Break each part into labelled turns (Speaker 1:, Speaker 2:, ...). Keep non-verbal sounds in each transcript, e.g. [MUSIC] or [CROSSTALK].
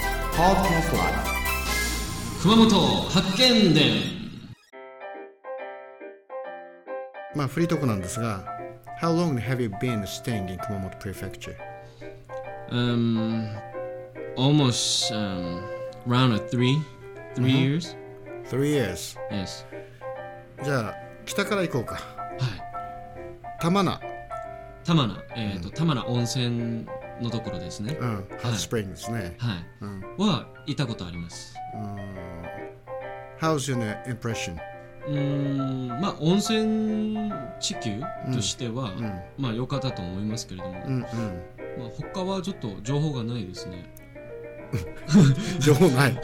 Speaker 1: Podcast Live
Speaker 2: 熊本発見伝
Speaker 1: まあフリートークなんですが How long have you been staying in Kumamoto Prefecture?
Speaker 2: um almost um round of three three years
Speaker 1: Three years
Speaker 2: yes
Speaker 1: じゃあ北から行こうか
Speaker 2: はい
Speaker 1: 玉名
Speaker 2: 玉名えっ、と玉名温泉のところですね
Speaker 1: うん Hot Spring ですね、
Speaker 2: はい、はいたことあります
Speaker 1: How's your impression?
Speaker 2: うーんまあ温泉地球としては、まあ良かったと思いますけれども、
Speaker 1: うんうん
Speaker 2: まあ、他はちょっと情報がないですね
Speaker 1: 情報ない
Speaker 2: はい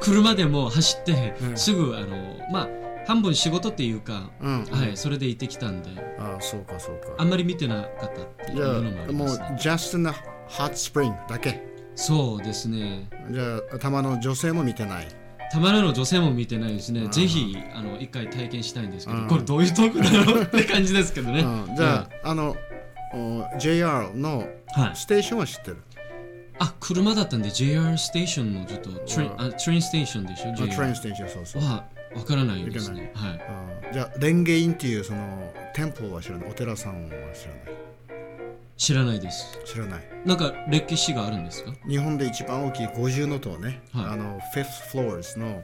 Speaker 2: 車でも走って、
Speaker 1: うん
Speaker 2: すぐあのまあ半分仕事っていうか、
Speaker 1: うん、
Speaker 2: はいそれで行ってきたんで
Speaker 1: ああそうかそう
Speaker 2: あ
Speaker 1: か
Speaker 2: んまり見てなかったってい
Speaker 1: じ
Speaker 2: う
Speaker 1: ゃ
Speaker 2: のもあ
Speaker 1: あ
Speaker 2: り
Speaker 1: も
Speaker 2: ま
Speaker 1: う
Speaker 2: す、ね、
Speaker 1: Just in the Hot Spring だけ
Speaker 2: そうですね
Speaker 1: じゃあ玉の女性も見てない
Speaker 2: たまらぬ女性も見てないですねぜひあの一回体験したいんですけど、これどういうトークだろうって感じですけどね、
Speaker 1: うん、じゃあ、あのお JR の
Speaker 2: うんはい
Speaker 1: ステーションは知ってる、
Speaker 2: あ車だったんで JR ステーションのちょっとトレイン
Speaker 1: う
Speaker 2: あトレインステーションでしょ
Speaker 1: トレイ
Speaker 2: JR
Speaker 1: ンステーションそうそう、
Speaker 2: はわからないですねはい
Speaker 1: うんじゃあレンゲインっていうその店舗は知らないお寺さんは知らない
Speaker 2: 知らないです
Speaker 1: 知らない
Speaker 2: なんか歴史があるんですか
Speaker 1: 日本で一番大きい五重の塔ね、
Speaker 2: はい
Speaker 1: あのフィフスフローズの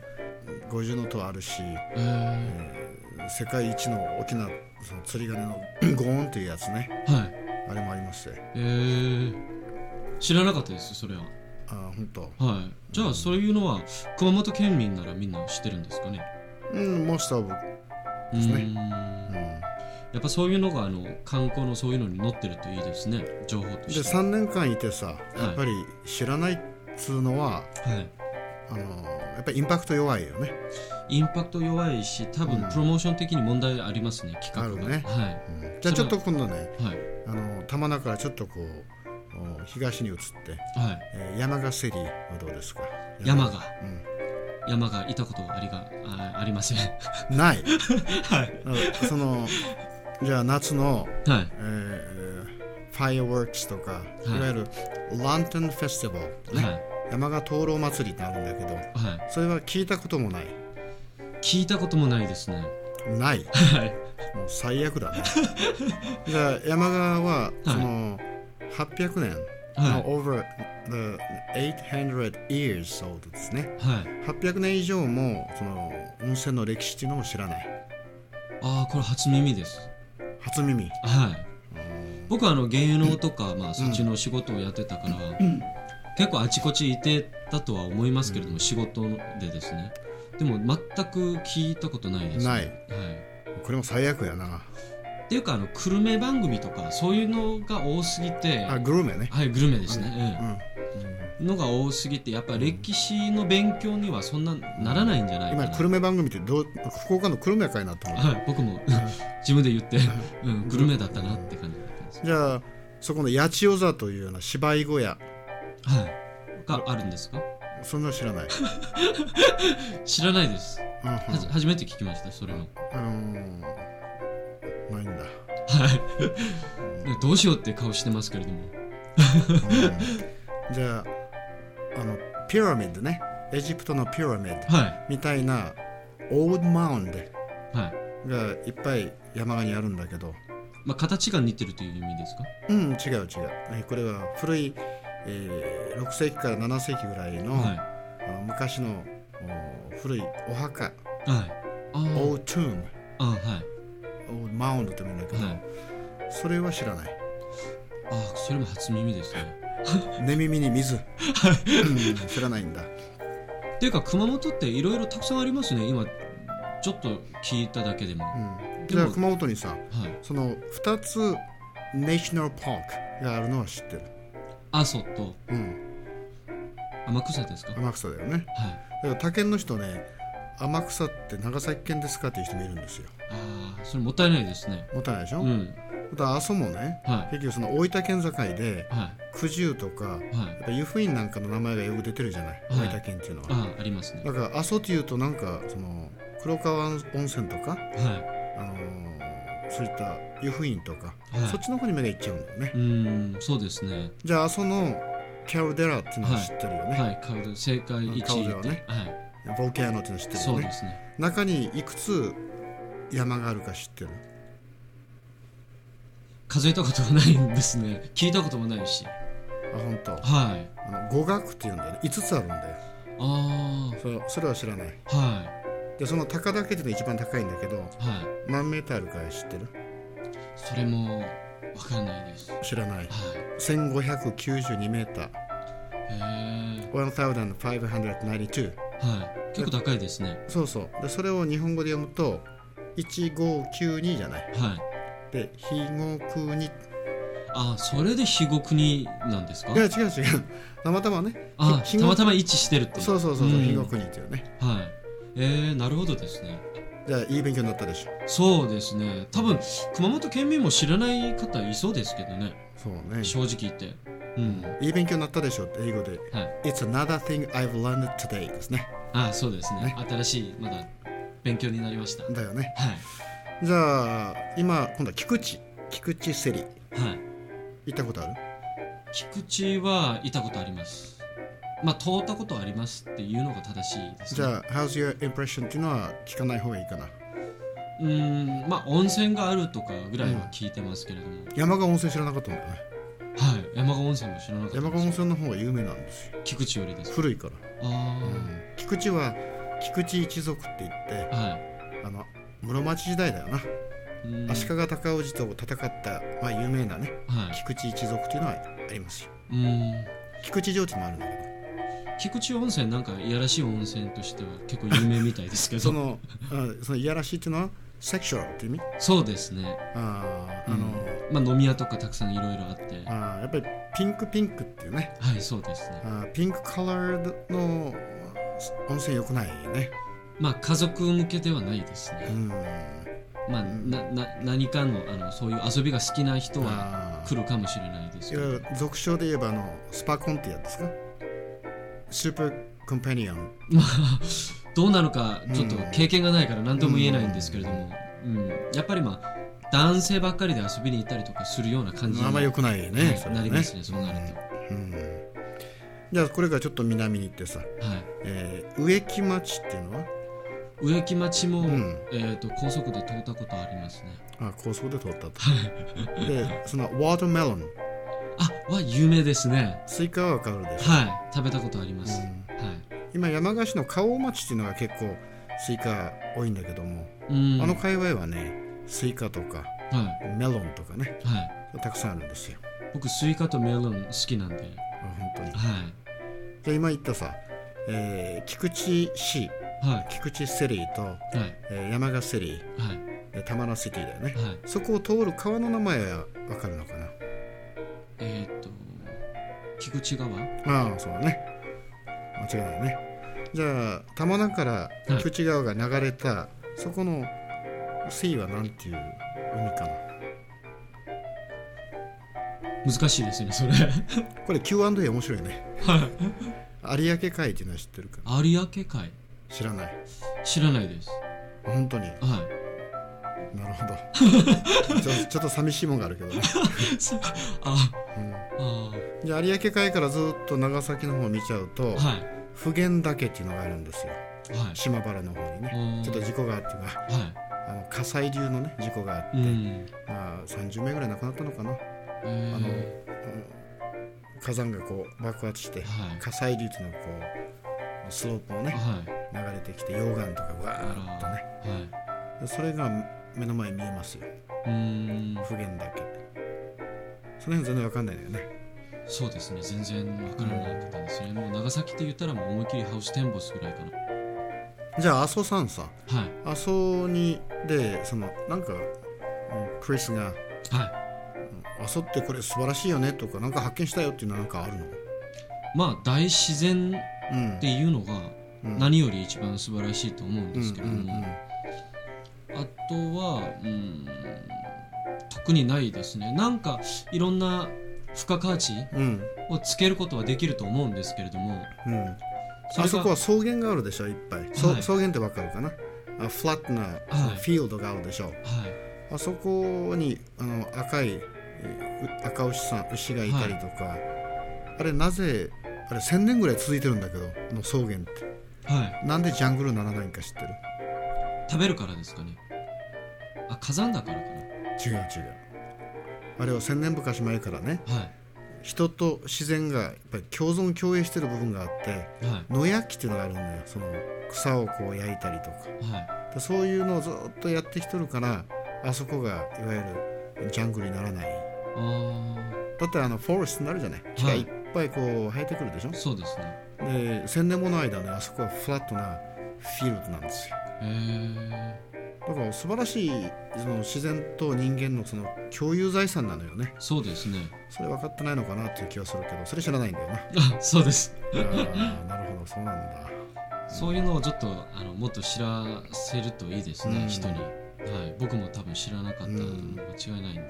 Speaker 1: 五重の塔あるし
Speaker 2: えー、
Speaker 1: 世界一の大きなその釣り鐘の [CLEARS THROAT] ゴーンっていうやつね
Speaker 2: はい
Speaker 1: あれもありますね
Speaker 2: えー、知らなかったですそれは
Speaker 1: あ本当
Speaker 2: はいじゃあそういうのは熊本県民ならみんな知ってるんですかね
Speaker 1: うんモストオブ
Speaker 2: です
Speaker 1: ね
Speaker 2: やっぱそういうのがあの観光のそういうのに載ってるといいですね情報と
Speaker 1: で
Speaker 2: して
Speaker 1: 3年間いてさやっぱり知らないっつうのは、
Speaker 2: はい
Speaker 1: あのやっぱりインパクト弱いよね
Speaker 2: インパクト弱いし多分プロモーション的に問題ありますね企画が、
Speaker 1: あるね
Speaker 2: は
Speaker 1: じゃあちょっと今度ね
Speaker 2: いはい
Speaker 1: あの玉名からちょっとこうお東に移って、
Speaker 2: はい
Speaker 1: えー山賀セリーはどうですか
Speaker 2: 山が、山がいたことありがあありません [LAUGHS] は
Speaker 1: ない
Speaker 2: い
Speaker 1: うんそのじゃあ夏の、
Speaker 2: はい
Speaker 1: えーファイアワークスとか、い、
Speaker 2: い
Speaker 1: わゆるランテンフェスティバルってね、
Speaker 2: はい
Speaker 1: 山賀灯籠祭りってあるんだけど
Speaker 2: はい
Speaker 1: それは聞いたこともない
Speaker 2: 聞いたこともないですね [LAUGHS]
Speaker 1: ない
Speaker 2: はい
Speaker 1: もう最悪
Speaker 2: [LAUGHS]
Speaker 1: だねじゃあ山川はその800年、
Speaker 2: はい
Speaker 1: no, over the 800 years old ですね
Speaker 2: はい
Speaker 1: 800年以上もその温泉の歴史っていうのを知らない
Speaker 2: ああこれ初耳です
Speaker 1: 初耳
Speaker 2: はい僕はあの芸能とか、まあ、そっちの仕事をやってたから、結構あちこちいてたとは思いますけれども、仕事でですねでも全く聞いたことないです、ね、
Speaker 1: ない
Speaker 2: はい、
Speaker 1: これも最悪やな
Speaker 2: っていうかあの久留米番組とかそういうのが多すぎて
Speaker 1: あグルメね
Speaker 2: はいグルメですね、ええのが多すぎてやっぱ歴史の勉強にはそんなならないんじゃないかな
Speaker 1: 今久留米番組ってどう福岡の久留米かいなと思って
Speaker 2: はい、僕も自分で言って、うん、グルメだったなって感じだったんです、
Speaker 1: じゃあそこの八千代座というような芝居小屋
Speaker 2: はい、があるんですか
Speaker 1: そんなの知ら
Speaker 2: [LAUGHS]
Speaker 1: ない、
Speaker 2: 知らないです
Speaker 1: うん
Speaker 2: はじ初めて聞きましたそれも
Speaker 1: あのーないんだ
Speaker 2: ね [LAUGHS] どうしようって顔してますけれども
Speaker 1: じゃああのピラミッドねエジプトのピラミッド
Speaker 2: は
Speaker 1: みたいなオールマウンド
Speaker 2: いはい、
Speaker 1: がいっぱい山側にあるんだけど
Speaker 2: まあ、形が似てるという意味ですか
Speaker 1: うん違う違うえこれは古い、えー6世紀から7世紀ぐらいの,、
Speaker 2: は
Speaker 1: あの昔のお古いお墓
Speaker 2: いはいあー
Speaker 1: オートゥーム
Speaker 2: あはい
Speaker 1: オールマウンドって言うんだけど、
Speaker 2: はい
Speaker 1: それは知らない
Speaker 2: あーそれも初耳ですね
Speaker 1: 寝耳に水、うん、知らないんだ
Speaker 2: っていうか熊本っていろいろたくさんありますね今ちょっと聞いただけでも、
Speaker 1: うん
Speaker 2: で
Speaker 1: じゃ
Speaker 2: も
Speaker 1: あ熊本にさ
Speaker 2: はい
Speaker 1: その2つネーショナルパークがあるのは知ってる。
Speaker 2: 阿蘇と
Speaker 1: うん、
Speaker 2: 天草ですかはい
Speaker 1: 天草だよね。だから他県の人ね、天草って長崎県ですかっていう人もいるんですよ。
Speaker 2: ああそれもったいないですね
Speaker 1: もったいないでしょ、
Speaker 2: う
Speaker 1: うん、
Speaker 2: ん
Speaker 1: あと阿蘇もね、
Speaker 2: はい
Speaker 1: 結局その大分県境で
Speaker 2: は
Speaker 1: 九十とか、
Speaker 2: いは
Speaker 1: や
Speaker 2: い
Speaker 1: っぱ湯布院なんかの名前がよく出てるじゃない、
Speaker 2: はい
Speaker 1: 大分県っていうのは。
Speaker 2: ああありますね
Speaker 1: だから阿蘇っていうとなんかその黒川温泉とか、
Speaker 2: は
Speaker 1: あのーそういった湯布院とか、
Speaker 2: はい
Speaker 1: そっちの方に目が行っちゃうんだよね。
Speaker 2: いうんそうですね
Speaker 1: じゃあ阿蘇のキャルデラっていうのは知ってるよね、
Speaker 2: はい、カウル正解1位
Speaker 1: カウルはね
Speaker 2: はい、
Speaker 1: ボルケーノっていうの知ってる
Speaker 2: そ
Speaker 1: よ
Speaker 2: う
Speaker 1: ね
Speaker 2: ですね。
Speaker 1: 中にいくつ山があるか知ってる
Speaker 2: 数えたことがないんですね。聞いたこともないし。
Speaker 1: あ本当。
Speaker 2: はい。
Speaker 1: あの語学っていうんだよね5つあるんだよ
Speaker 2: あ
Speaker 1: それそれは知らない
Speaker 2: あ、は
Speaker 1: でその高岳っていうのが一番高いんだけど
Speaker 2: い、はい。
Speaker 1: 何メーターあるか知ってる
Speaker 2: それもわからないです。は
Speaker 1: 知らない
Speaker 2: い。
Speaker 1: 1592メーター
Speaker 2: へえ。
Speaker 1: 1592
Speaker 2: はい。結構高いですね。
Speaker 1: そうそうでそれを日本語で読むと1592じゃない
Speaker 2: はい。
Speaker 1: で「ひごくに」い
Speaker 2: あ、それで肥後国なんですか
Speaker 1: や。違う違うたまたまね
Speaker 2: あ、
Speaker 1: ひ
Speaker 2: たま
Speaker 1: ま
Speaker 2: たま一致してるっていう。
Speaker 1: そうそうそうそう「
Speaker 2: ん
Speaker 1: ひごくに」っていうね
Speaker 2: はい。えー、なるほどですね。
Speaker 1: じゃあいい勉強になったでしょ
Speaker 2: そうですね。多分熊本県民も知らない方いそうですけどね。
Speaker 1: そうね
Speaker 2: 正直言って。うん。
Speaker 1: いい勉強になったでしょって英語で
Speaker 2: はい。
Speaker 1: 「It's another thing I've learned today」ですね
Speaker 2: ああそうですね
Speaker 1: ね
Speaker 2: 新しいまだ勉強になりましたは
Speaker 1: だよね
Speaker 2: い
Speaker 1: じゃあ今今度は菊池菊池セリ
Speaker 2: はい
Speaker 1: 行ったことある
Speaker 2: 菊池はいたことありますまあ通ったことありますっていうのが正しいですね
Speaker 1: じゃあ「How's your impression」っていうのは聞かない方がいいかな
Speaker 2: うーんまあ温泉があるとかぐらいは聞いてますけれども、
Speaker 1: 山川温泉知らなかったんだよね
Speaker 2: はい山川温泉も知らなかった
Speaker 1: 山川温泉の方が有名なんですよ
Speaker 2: 菊池よりです
Speaker 1: 古いから
Speaker 2: あ
Speaker 1: うん菊池は菊池一族って言って
Speaker 2: あはい
Speaker 1: あの室町時代だよな、
Speaker 2: うーん
Speaker 1: 足利尊氏と戦った、まあ、有名なね
Speaker 2: はい
Speaker 1: 菊池一族っていうのはありますよ
Speaker 2: うーん
Speaker 1: 菊池城っていうのもあるんだけ
Speaker 2: 菊池温泉なんかいやらしい温泉としては結構有名みたいですけ
Speaker 1: ど
Speaker 2: ど
Speaker 1: そのあそのいやらしいっていうのはセクシュアルっていう意味
Speaker 2: そうですね
Speaker 1: あーあの、
Speaker 2: まあ飲み屋とかたくさんいろいろあって
Speaker 1: あ
Speaker 2: は
Speaker 1: ーやっぱりピンクピンクっていうね
Speaker 2: いそうですね
Speaker 1: あーピンクカラーの温泉良くないね
Speaker 2: まあ家族向けではないです
Speaker 1: う
Speaker 2: ね、
Speaker 1: ん
Speaker 2: まあなな何かのあのそういう遊びが好きな人は
Speaker 1: あー
Speaker 2: 来るかもしれないです
Speaker 1: い
Speaker 2: けど
Speaker 1: や俗称で言えばあのスパコンってやつですかスーパーコンペニオン
Speaker 2: まあどうなのかちょっと
Speaker 1: うん
Speaker 2: 経験がないから何とも言えないんですけれども、うんやっぱりまあ男性ばっかりで遊びに行ったりとかするような感じに
Speaker 1: あんま良くないよね。
Speaker 2: はい
Speaker 1: それは
Speaker 2: なりますねそうなると、
Speaker 1: うんじゃあこれからちょっと南に行ってさ、
Speaker 2: はい
Speaker 1: えー植木町っていうのは
Speaker 2: 植木町も、
Speaker 1: ん
Speaker 2: えー、と高速で通ったことありますね
Speaker 1: あ高速で通ったと。でそのワーターメロン
Speaker 2: あは有名ですね
Speaker 1: スイカはわかるでしょ。
Speaker 2: はい食べたことあります、
Speaker 1: う
Speaker 2: はい
Speaker 1: 今山鹿市の花王町っていうのが結構スイカ多いんだけども、
Speaker 2: うん
Speaker 1: あの界隈はねスイカとか
Speaker 2: は
Speaker 1: メロンとかね
Speaker 2: い、はい、
Speaker 1: たくさんあるんですよ。
Speaker 2: 僕スイカとメロン好きなんで
Speaker 1: あ本当に。
Speaker 2: はい
Speaker 1: じゃあ今言ったさ、えー菊池市
Speaker 2: は
Speaker 1: 菊池セリーと、
Speaker 2: いはい
Speaker 1: えー山鹿セリ
Speaker 2: はい
Speaker 1: ーで玉名シティだよね。
Speaker 2: はい
Speaker 1: そこを通る川の名前はわかるのかな
Speaker 2: えーっ、と菊池川
Speaker 1: ああそうだね間違いないねじゃあ玉名から
Speaker 2: い
Speaker 1: 菊池川が流れた、そこの水はなんていう海かな
Speaker 2: 難しいですね
Speaker 1: [LAUGHS]
Speaker 2: それ
Speaker 1: これ Q&A 面白いね有明海っていうのは知ってるかな
Speaker 2: 有明海
Speaker 1: 知らない
Speaker 2: 知らないです
Speaker 1: あ本当に [LAUGHS]
Speaker 2: は
Speaker 1: なるほ [LAUGHS] どちょちょっと寂しいもんがあるけどね、
Speaker 2: いさあ
Speaker 1: うん
Speaker 2: あ
Speaker 1: じゃあ有明海からずっと長崎の方を見ちゃうと
Speaker 2: ーはい
Speaker 1: 普賢岳っていうのがあるんですよ
Speaker 2: はい
Speaker 1: 島原の方にね
Speaker 2: うん
Speaker 1: ちょっと事故があってな
Speaker 2: は
Speaker 1: あの火砕流のね事故があって、
Speaker 2: いうん
Speaker 1: まあ、30名ぐらい亡くなったのかな、
Speaker 2: えー
Speaker 1: あの火山がこう爆発して
Speaker 2: はい
Speaker 1: 火砕流っていうのがこうスロープをね
Speaker 2: はい
Speaker 1: 流れてきて溶岩とかわーっとね
Speaker 2: はい
Speaker 1: でそれが目の前に見えますよ
Speaker 2: うーん
Speaker 1: 普賢岳その辺全然わかんないのよね
Speaker 2: そうですね全然わからなかったですねもう長崎って言ったらもう思いっきりハウステンボスぐらいかな
Speaker 1: じゃあ阿蘇山さ
Speaker 2: はい
Speaker 1: 阿蘇にでそのなんかうんクリスが
Speaker 2: は
Speaker 1: 「阿蘇ってこれ素晴らしいよね」とか「なんか発見したよ」っていうのはなんかあるの
Speaker 2: いまあ大自然
Speaker 1: うん
Speaker 2: っていうのが
Speaker 1: うん
Speaker 2: 何より一番素晴らしいと思うんですけれども、
Speaker 1: うんうんうん
Speaker 2: あとは、うん、特にないですね。なんかいろんな付加価値
Speaker 1: うん
Speaker 2: をつけることはできると思うんですけれども、
Speaker 1: うん
Speaker 2: れが
Speaker 1: あそこは草原があるでしょいっぱい、そ
Speaker 2: はい
Speaker 1: 草原ってわかるかなあフラットな
Speaker 2: はい
Speaker 1: フィールドがあるでしょ、
Speaker 2: はい、
Speaker 1: あそこにあの赤いえーう赤牛さん牛がいたりとか、あれなぜあれ1000年ぐらい続いてるんだけどあの草原って
Speaker 2: はい
Speaker 1: なんでジャングルにならないんか知ってる
Speaker 2: 食べるからですかねあ火山だからかな
Speaker 1: 違う違うあれは1000年昔前からね
Speaker 2: はい
Speaker 1: 人と自然がやっぱり共存共栄してる部分があって
Speaker 2: は
Speaker 1: 野焼きっていうのがあるんだよその草をこう焼いたりとか
Speaker 2: いは
Speaker 1: でそういうのをずっとやってきとるからあそこがいわゆるジャングルにならない
Speaker 2: いあ
Speaker 1: だってあのフォレストになるじゃない木がいっぱいこう生えてくるでしょ
Speaker 2: あそうですね
Speaker 1: で1000年もの間ねあそこはフラットなフィールドなんですよ
Speaker 2: へえ
Speaker 1: だから素晴らしいその自然と人間のその共有財産なのよね
Speaker 2: そうですね [LAUGHS]
Speaker 1: それ分かってないのかなっていう気はするけどそれ知らないんだよな
Speaker 2: あそうです
Speaker 1: あーなるほどそうなんだ
Speaker 2: そういうのをちょっとあのもっと知らせるといいですね、
Speaker 1: うん
Speaker 2: 人に、はい、僕も多分知らなかったの
Speaker 1: うん
Speaker 2: が違いないんで、は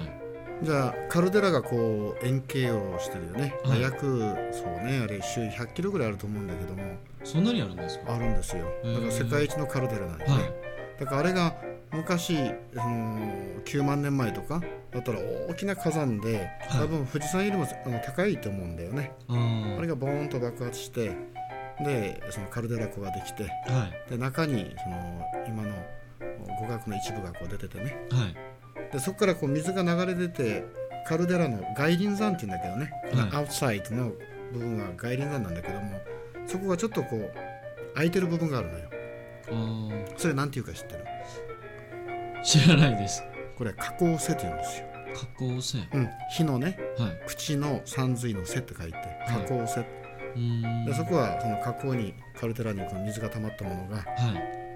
Speaker 2: い、
Speaker 1: じゃあカルデラがこう円形をしてるよね、
Speaker 2: はい
Speaker 1: 約そうねあれ周囲100キロぐらいあると思うんだけども
Speaker 2: そんなにあるんですか
Speaker 1: あるんですよだから世界一のカルデラなんよね、
Speaker 2: はい
Speaker 1: だからあれが昔、その9万年前とかだったら大きな火山で
Speaker 2: はい
Speaker 1: 多分富士山よりもあの高いと思うんだよね、
Speaker 2: あ
Speaker 1: あれがボーンと爆発してでそのカルデラ湖ができて
Speaker 2: ーはい
Speaker 1: で中にその今の互角の一部がこう出ててね
Speaker 2: はい
Speaker 1: でそこからこう水が流れ出てカルデラの外輪山って言うんだけどね、
Speaker 2: はい
Speaker 1: アウトサイドの部分は外輪山なんだけどもそこがちょっとこう空いてる部分があるのよ
Speaker 2: あー
Speaker 1: それなんていうか知ってる
Speaker 2: 知らないです
Speaker 1: これ加工性って言うんですよ、
Speaker 2: 加工性は
Speaker 1: うん、火のね
Speaker 2: い
Speaker 1: 口の山水の背って書いて加工性、
Speaker 2: うーん
Speaker 1: でそこはその加工にカルデラにこの水が溜まったものが
Speaker 2: はい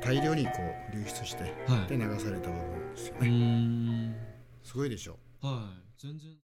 Speaker 1: 大量にこう流出して
Speaker 2: は
Speaker 1: で
Speaker 2: い
Speaker 1: 流された部分ですよ
Speaker 2: うー
Speaker 1: ね
Speaker 2: ん
Speaker 1: すごいでしょ
Speaker 2: はい全然